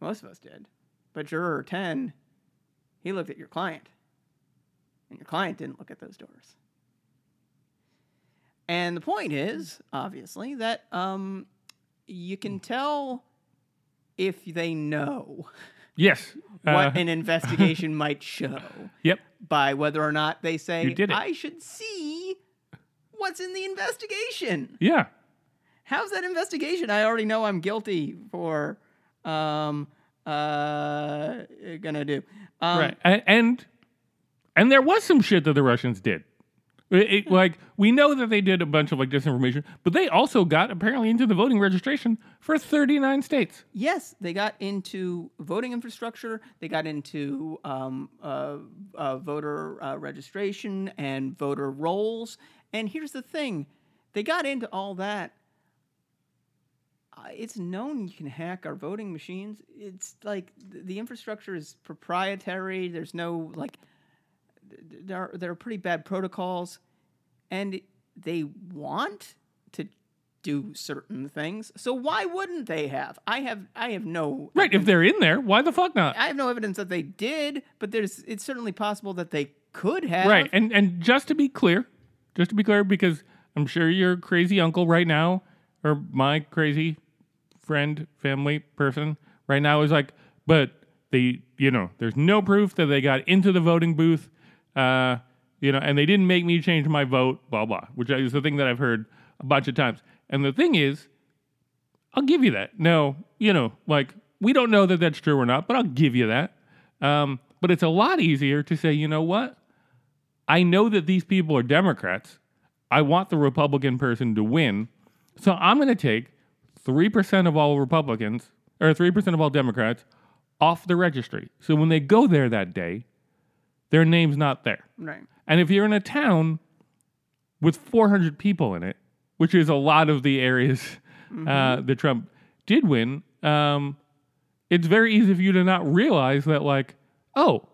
B: most of us did, but juror ten, he looked at your client, and your client didn't look at those doors." And the point is, obviously, that um, you can tell if they know
A: Yes. Uh,
B: what an investigation might show
A: yep.
B: by whether or not they say,
A: You did it.
B: I should see what's in the investigation.
A: Yeah.
B: How's that investigation? I already know I'm guilty for um, uh, gonna do. Um,
A: right. And, and and there was some shit that the Russians did. It- it- like we know that they did a bunch of like disinformation, but they also got apparently into the voting registration for 39 states.
B: Yes, they got into voting infrastructure. They got into um, uh, uh, voter uh, registration and voter rolls. And here's the thing they got into all that. Uh, it's known you can hack our voting machines. It's like th- the infrastructure is proprietary. There's no, like, th- th- there are, there are pretty bad protocols. And they want to do certain things. So why wouldn't they have? I have I have no
A: Right. If they're in there, why the fuck not?
B: I have no evidence that they did, but there's it's certainly possible that they could have.
A: Right. And and just to be clear, just to be clear, because I'm sure your crazy uncle right now, or my crazy friend, family person right now is like, but they, you know, there's no proof that they got into the voting booth, uh, you know, and they didn't make me change my vote, blah blah, which is the thing that I've heard a bunch of times. And the thing is, I'll give you that. No, you know, like we don't know that that's true or not, but I'll give you that. Um, but it's a lot easier to say, you know what? I know that these people are Democrats. I want the Republican person to win. So I'm going to take 3% of all Republicans or 3% of all Democrats off the registry. So when they go there that day, their name's not there.
B: Right.
A: And if you're in a town with 400 people in it, which is a lot of the areas uh, that Trump did win, um, it's very easy for you to not realize that, like, oh,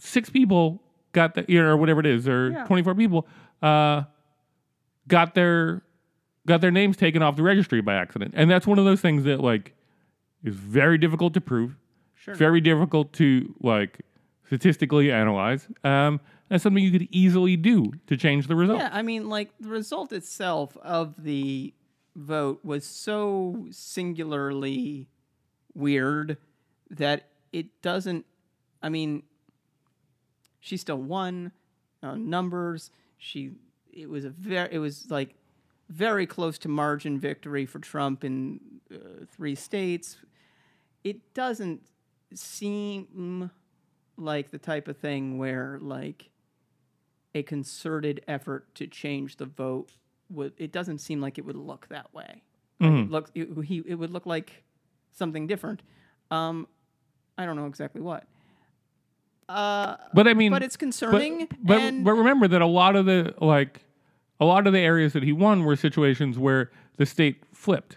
A: six people got the, you know, or whatever it is, or
B: Yeah.
A: 24 people uh, got their got their names taken off the registry by accident. And that's one of those things that, like, is very difficult to prove
B: Sure.
A: very difficult to like statistically analyze. Um, that's something you could easily do to change the result.
B: Yeah, I mean, like the result itself of the vote was so singularly weird that it doesn't. I mean, she still won on numbers. She it was a very it was like very close to margin victory for Trump in uh, three states. It doesn't seem like the type of thing where like a concerted effort to change the vote would it doesn't seem like it would look that way Like,
A: Mm-hmm.
B: it look it, he, it would look like something different um i don't know exactly what uh
A: But I mean,
B: but it's concerning
A: But, but,
B: and
A: but remember that a lot of the like a lot of the areas that he won were situations where the state flipped,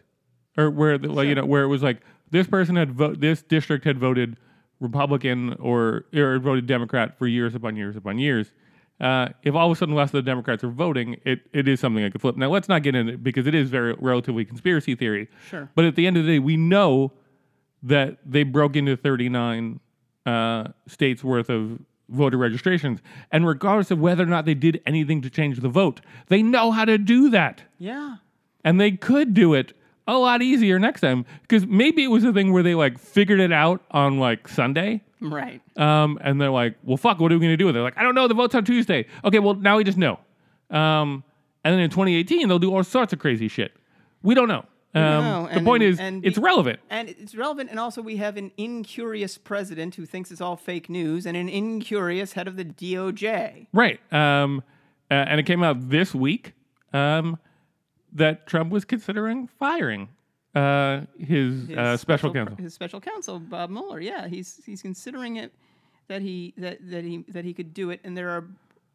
A: or where the, like, you know where it was like this person had vote this district had voted Republican or or voted Democrat for years upon years upon years. Uh, if all of a sudden less of the Democrats are voting, it, it is something that could flip. Now let's not get into it because it is very relatively conspiracy theory.
B: Sure.
A: But at the end of the day, we know that they broke into 39 uh, states worth of voter registrations. And regardless of whether or not they did anything to change the vote, they know how to do that.
B: yeah
A: And they could do it a lot easier next time because maybe it was a thing where they like figured it out on like Sunday.
B: right
A: Um, and they're like, well, fuck, what are we going to do with it? Like, I don't know. The vote's on Tuesday. Okay, well, now we just know. Um, and then in 2018, they'll do all sorts of crazy shit. We don't know. Um,
B: know,
A: the
B: and-
A: point is,
B: and
A: it's
B: be-
A: relevant.
B: and it's relevant and also we have an incurious president who thinks it's all fake news and an incurious head of the DOJ
A: Right. Um, uh, and it came out this week um, that Trump was considering firing uh, his, uh, special
B: pr-
A: counsel.
B: His special counsel, Bob Mueller. Yeah, he's he's considering it that he that that he that he could do it, and there are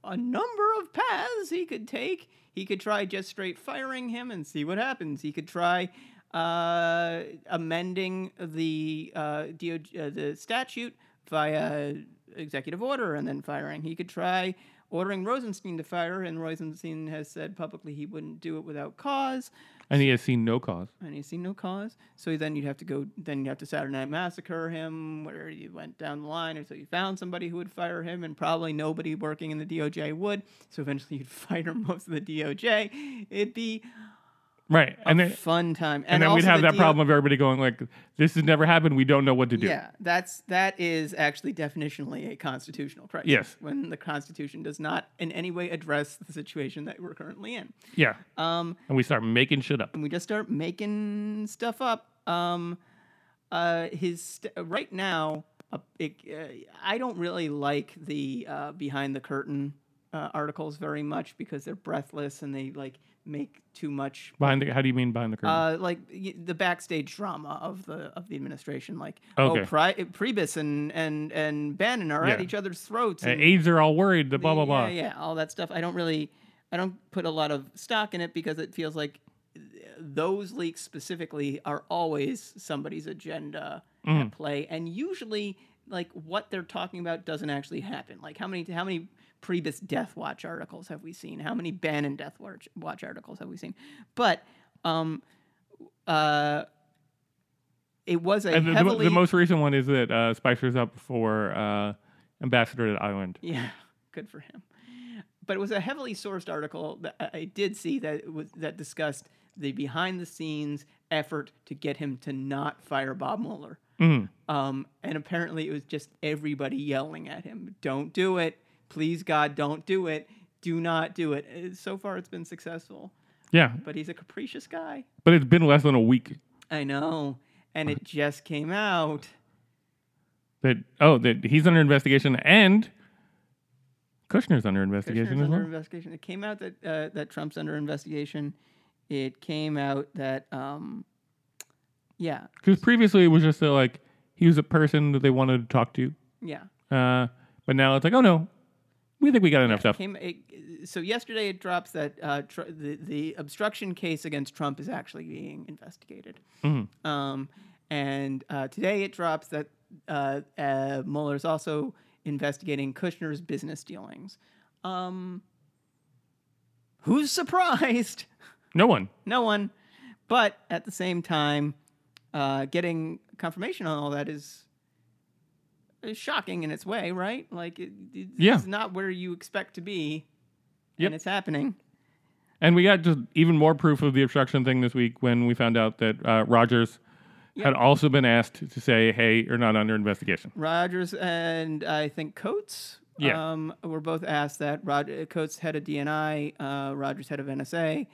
B: a number of paths he could take. He could try just straight firing him and see what happens. He could try uh, amending the uh, DOJ, uh, the statute via executive order and then firing. He could try ordering Rosenstein to fire, and Rosenstein has said publicly he wouldn't do it without cause
A: and he has seen no cause.
B: and he's seen no cause. So then you'd have to go. Then you have to Saturday Night Massacre him, where you went down the line, or so you found somebody who would fire him, and probably nobody working in the DOJ would. So eventually you'd fire most of the DOJ. It'd be
A: Right. And
B: a
A: then,
B: fun time,
A: and then we'd
B: also
A: have
B: the
A: that
B: DO
A: problem of everybody going, like, this has never happened. We don't know what to do.
B: Yeah, that's that is actually definitionally a constitutional crisis.
A: Yes.
B: when the Constitution does not in any way address the situation that we're currently in.
A: Yeah.
B: Um,
A: And we start making shit up.
B: and we just start making stuff up. Um, uh, his st- right now, uh, it, uh, I don't really like the uh, behind the curtain uh, articles very much because they're breathless and they like make too much
A: Behind the, how do you mean behind the curtain?
B: uh, like y- the backstage drama of the of the administration, like
A: Okay.
B: oh, Pri- Priebus and and and Bannon are at
A: Yeah.
B: each other's throats.
A: Uh,
B: and-
A: AIDS are all worried, the blah, blah, blah.
B: yeah, yeah, all that stuff. I don't really, I don't put a lot of stock in it because it feels like those
A: Mm.
B: leaks specifically are always somebody's agenda at play, and usually like what they're talking about doesn't actually happen. Like how many how many previous Death Watch articles have we seen? How many Bannon Death Watch, Watch articles have we seen? But um, uh, it was a
A: And the, the mo-
B: heavily
A: the most recent one is that uh, Spicer's up for uh, ambassador to the island.
B: Yeah, good for him. But it was a heavily sourced article that I- I did see that it was, that discussed the behind the scenes effort to get him to not fire Bob Mueller. Um, and apparently, it was just everybody yelling at him, "Don't do it! Please, God, don't do it! Do not do it!" Uh, So far, it's been successful,
A: Yeah,
B: but he's a capricious guy.
A: but it's been less than a week
B: I know, and it just came out.
A: that oh that he's under investigation and Kushner's under investigation
B: Kushner's
A: as well.
B: under investigation. It came out that uh, that Trump's under investigation. It came out that um, yeah,
A: Because previously it was just that, like he was a person that they wanted to talk to,
B: yeah.
A: uh, but now it's like oh no, we think we got enough stuff.
B: Came it, so yesterday it drops that uh, tr- the the obstruction case against Trump is actually being investigated.
A: Mm-hmm.
B: Um, and uh, today it drops that uh, uh, Mueller is also investigating Kushner's business dealings. Um, who's surprised?
A: No one.
B: no one. But at the same time, uh, getting confirmation on all that is, is shocking in its way, right? Like, it, it-
A: Yeah.
B: it's not where you expect to be,
A: Yep.
B: and it's happening.
A: And we got just even more proof of the obstruction thing this week when we found out that uh, Rogers had also been asked to say, "Hey, you're not under investigation."
B: Rogers and I think Coates
A: Yeah.
B: um, were both asked that. Rod- uh, Coates head of DNI, uh, Rogers head of NSA.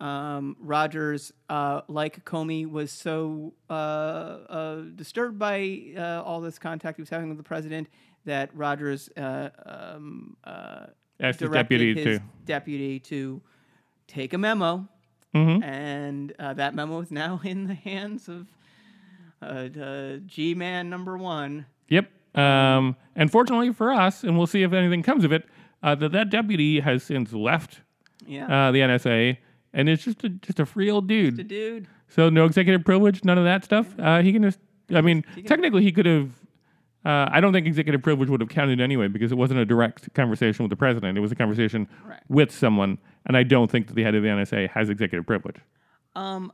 B: Um, Rogers, uh, like Comey, was so uh, uh, disturbed by uh, all this contact he was having with the president that Rogers uh, um, uh,
A: Asked his
B: directed
A: deputy
B: his
A: to.
B: deputy to take a memo,
A: Mhm.
B: and uh, that memo is now in the hands of uh, the G-man number one.
A: Yep. Um, and fortunately for us, and we'll see if anything comes of it, uh, that that deputy has since left
B: Yeah.
A: uh, the NSA, and it's just a, just a free old
B: the
A: dude.
B: dude.
A: So no executive privilege, none of that stuff. Uh, he can just. I mean, technically, he could have. Uh, I don't think executive privilege would have counted anyway because it wasn't a direct conversation with the president. It was a conversation
B: Right.
A: with someone, and I don't think that the head of the NSA has executive privilege.
B: Um,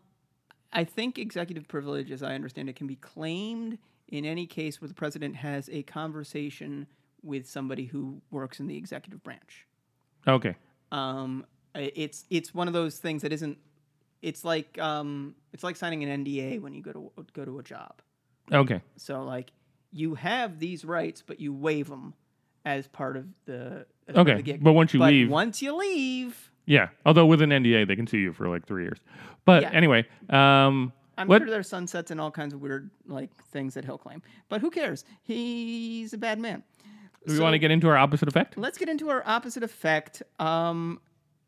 B: I think executive privilege, as I understand it, can be claimed in any case where the president has a conversation with somebody who works in the executive branch.
A: Okay.
B: Um, i- it's it's one of those things that isn't. It's like um, it's like signing an NDA when you go to go to a job.
A: Okay.
B: So like you have these rights, but you waive them as part of the as part of the
A: Okay.
B: gig.
A: But once you
B: But
A: leave,
B: once you leave,
A: yeah. Although with an NDA, they can sue you for like three years. But
B: Yeah.
A: anyway, um,
B: I'm
A: what?
B: sure there's sunsets and all kinds of weird like things that he'll claim. But who cares? He's a bad man.
A: Do we
B: So,
A: want to get into our opposite effect?
B: Let's get into our opposite effect. Um,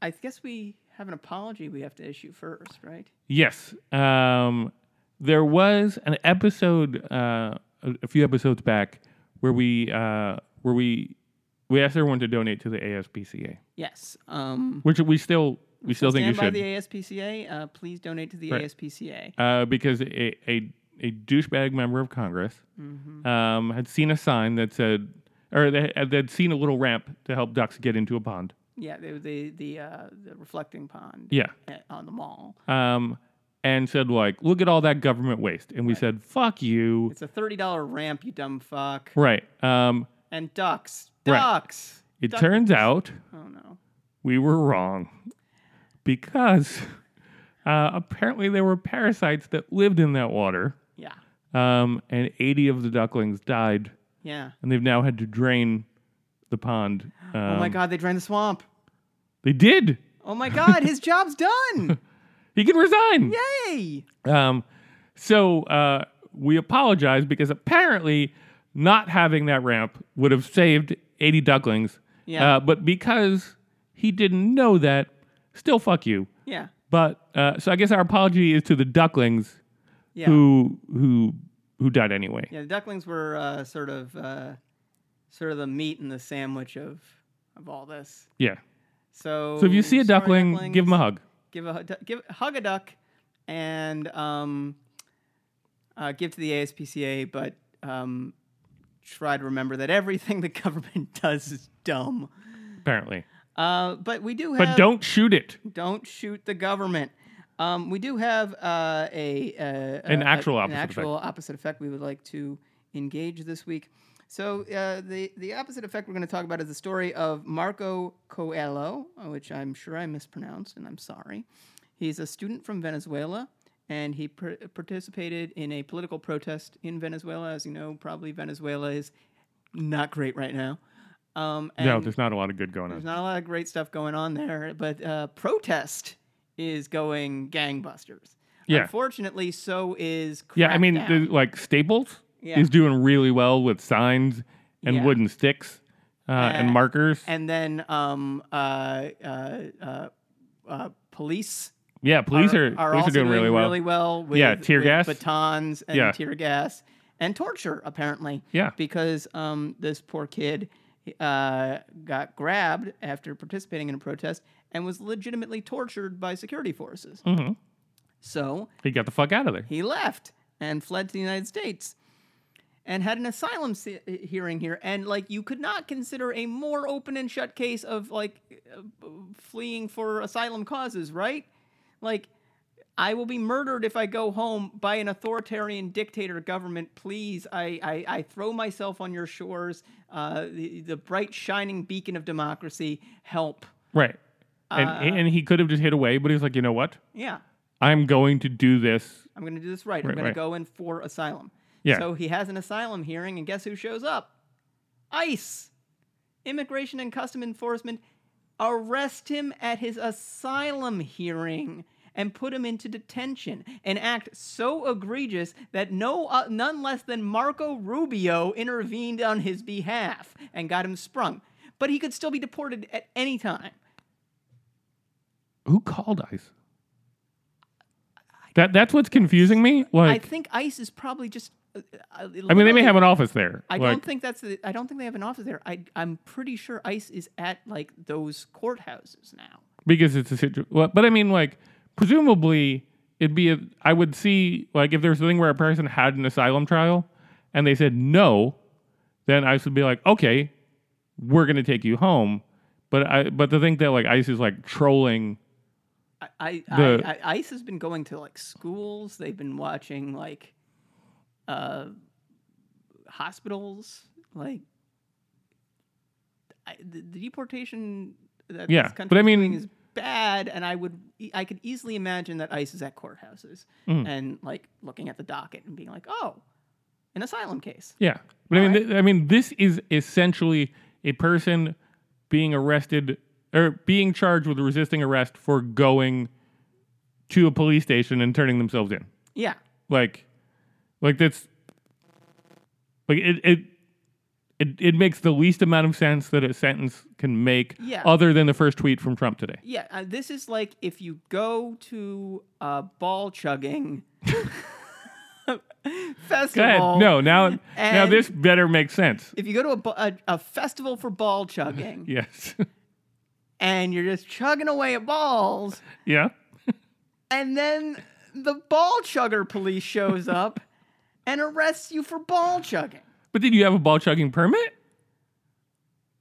B: I guess we have an apology we have to issue first, right?
A: Yes. Um, there was an episode uh, a, a few episodes back where we uh, where we we asked everyone to donate to the ASPCA,
B: Yes. Um,
A: which we still we still think you
B: stand by
A: should
B: the ASPCA. Uh, please donate to the
A: Right.
B: ASPCA.
A: uh, because a, a a douchebag member of Congress
B: Mm-hmm.
A: um, had seen a sign that said or they had seen a little ramp to help ducks get into a pond.
B: Yeah, the the the, uh, the reflecting pond
A: Yeah.
B: at- on the mall.
A: Um, and said like, look at all that government waste. And we said, fuck you.
B: It's a thirty dollar ramp, you dumb fuck.
A: Right. Um,
B: And ducks,
A: Right.
B: ducks.
A: it
B: Duck-
A: turns out
B: Oh no.
A: we were wrong because uh, apparently there were parasites that lived in that water,
B: Yeah.
A: um, and 80 of the ducklings died,
B: Yeah.
A: and they've now had to drain the pond. Um,
B: oh my god, they drained the swamp.
A: They did.
B: Oh my God, his job's done!
A: He can resign.
B: Yay!
A: Um, so uh, we apologize because apparently not having that ramp would have saved 80 ducklings.
B: Yeah.
A: Uh, but because he didn't know that, still fuck you.
B: Yeah,
A: But uh, so I guess our apology is to the ducklings
B: yeah,
A: who who who died anyway.
B: yeah. The ducklings were uh, sort of, uh, sort of the meat in the sandwich of of all this.
A: Yeah.
B: So,
A: So if you see a
B: sorry,
A: duckling,
B: ducklings.
A: give him a hug.
B: give a hu- du- give hug a duck, and um, uh, give to the ASPCA, but um, try to remember that everything the government does is dumb.
A: apparently.
B: Uh, but we do have.
A: But don't shoot it.
B: don't shoot the government. Um, we do have uh, a, uh,
A: An
B: uh,
A: actual
B: a-
A: opposite
B: an actual opposite effect we would like to engage this week. So uh, the the opposite effect we're going to talk about is the story of Marco Coelho, uh, which I'm sure I mispronounced, and I'm sorry. He's a student from Venezuela, and he par- participated in a political protest in Venezuela. As you know, probably Venezuela is not great right now. Um, and
A: no, there's not a lot of good going
B: there's
A: on.
B: not a lot of great stuff going on there, but uh, protest is going gangbusters.
A: Yeah.
B: Unfortunately, so is
A: Yeah, I mean,
B: Crackdown.
A: the, like Staples
B: Yeah.
A: is doing really well with signs and
B: Yeah.
A: wooden sticks uh, and
B: Uh,
A: markers.
B: and then um uh uh uh, uh police
A: yeah, police
B: are,
A: are,
B: are
A: police
B: also
A: are doing, really well.
B: really well with,
A: Yeah, tear
B: with
A: gas.
B: batons and
A: Yeah.
B: tear gas and torture apparently
A: Yeah.
B: because um this poor kid uh got grabbed after participating in a protest and was legitimately tortured by security forces
A: Mhm.
B: so
A: He got the fuck out of there.
B: he left and fled to the United States and had an asylum se- uh, hearing here and like you could not consider a more open and shut case of like uh, b- fleeing for asylum causes right like i will be murdered if i go home by an authoritarian dictator government please i i, I throw myself on your shores uh, the, the bright shining beacon of democracy help
A: Right. And,
B: Uh,
A: and he could have just hid away, but he's like, you know what?
B: yeah
A: I'm going to do this.
B: I'm going to do this right. I'm
A: Right,
B: going
A: right.
B: to go in for asylum.
A: Yeah.
B: So he has an asylum hearing, and guess who shows up? ICE, Immigration and Custom Enforcement, arrest him at his asylum hearing and put him into detention. An act so egregious that no, uh, none less than Marco Rubio intervened on his behalf and got him sprung. But he could still be deported at any time.
A: Who called ICE? That that's what's confusing me. Like,
B: I think ICE is probably just. uh, uh,
A: I mean, they may have an office there.
B: I
A: like,
B: don't think that's the, I don't think they have an office there. I I'm pretty sure ICE is at like those courthouses now.
A: because it's a situation. But I mean, like, presumably it'd be. A, I would see like if there was a thing where a person had an asylum trial and they said no, then ICE would be like, okay, we're gonna take you home. But I but the thing that like ICE is like trolling.
B: I, I,
A: The-
B: I, I ICE has been going to like schools. They've been watching like uh hospitals. Like I, the, the deportation that
A: Yeah,
B: this
A: but
B: country
A: I
B: is doing
A: mean-
B: is bad, and I would e, I could easily imagine that ICE is at courthouses
A: Mm.
B: and like looking at the docket and being like, oh, an asylum case.
A: Yeah, but I mean,
B: All right.
A: th- I mean, this is essentially a person being arrested or being charged with resisting arrest for going to a police station and turning themselves in.
B: Yeah.
A: like like that's like it it it, it makes the least amount of sense that a sentence can make
B: Yeah.
A: other than the first tweet from Trump today.
B: Yeah, uh, this is like if you go to a ball chugging
A: Go ahead.
B: festival.
A: No, now now
B: and-
A: this better makes sense.
B: If you go to a, bu- a, a festival for ball chugging
A: Yes.
B: and you're just chugging away at balls,
A: yeah.
B: and then the ball chugger police shows up and arrests you for ball chugging.
A: But did you have a ball chugging permit?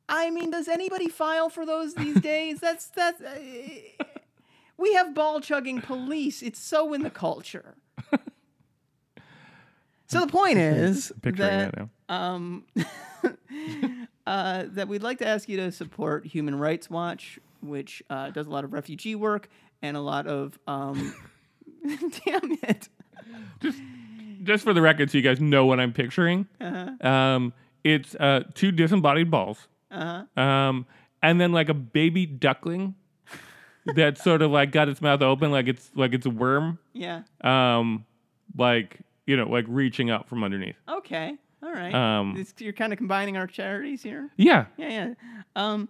B: I mean, does anybody file for those these days? That's that's. Uh, we have ball chugging police. It's so in the culture. So the point is
A: Picturing that, now.
B: um, uh, that we'd like to ask you to support Human Rights Watch, which uh, does a lot of refugee work and a lot of. Um, damn it.
A: Just for the record, so you guys know what I'm picturing.
B: Uh-huh,
A: Um, it's uh, two disembodied balls.
B: uh-huh.
A: Um, and then like a baby duckling that sort of like got its mouth open like it's like it's a worm.
B: Yeah.
A: um like you know like reaching up from underneath
B: Okay. All right.
A: Um,
B: It's- you're kind of combining our charities here.
A: yeah
B: Yeah, yeah. Um,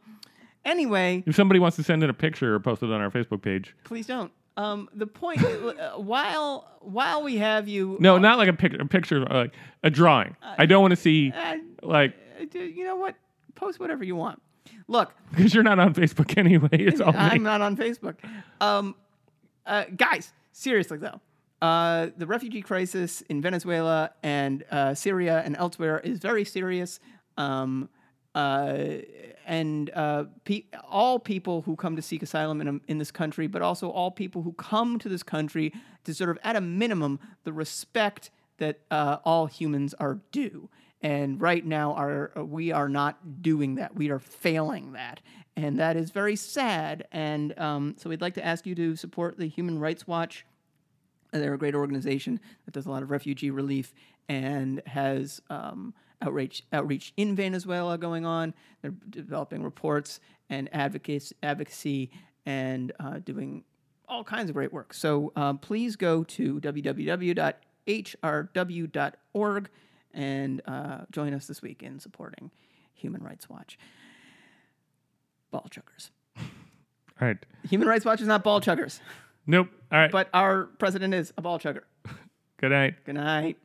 B: anyway,
A: if somebody wants to send in a picture or post it on our facebook page
B: please don't. Um, the point, uh, while while we have you,
A: no not like a picture a picture uh, like a drawing i don't want to see
B: uh,
A: like
B: d- you know what? Post whatever you want. Look,
A: because you're not on facebook anyway it's all me.
B: I'm not on Facebook. Um, uh, guys, uh, seriously though, Uh, the refugee crisis in Venezuela and uh, Syria and elsewhere is very serious. Um, uh, and uh, pe- all people who come to seek asylum in, um, in this country, but also all people who come to this country deserve, at a minimum, the respect that uh, all humans are due. And right now, our, uh, we are not doing that. We are failing that. And that is very sad. And um, so we'd like to ask you to support the Human Rights Watch. Uh, They're a great organization that does a lot of refugee relief and has um, outreach outreach in Venezuela going on. They're developing reports and advocates advocacy and uh, doing all kinds of great work. So uh, please go to www.hrw.org and uh, join us this week in supporting Human Rights Watch. Ball chuggers.
A: All right.
B: Human Rights Watch is not ball chuggers,
A: Nope. All right.
B: but our president is a ball chugger.
A: Good night.
B: Good night.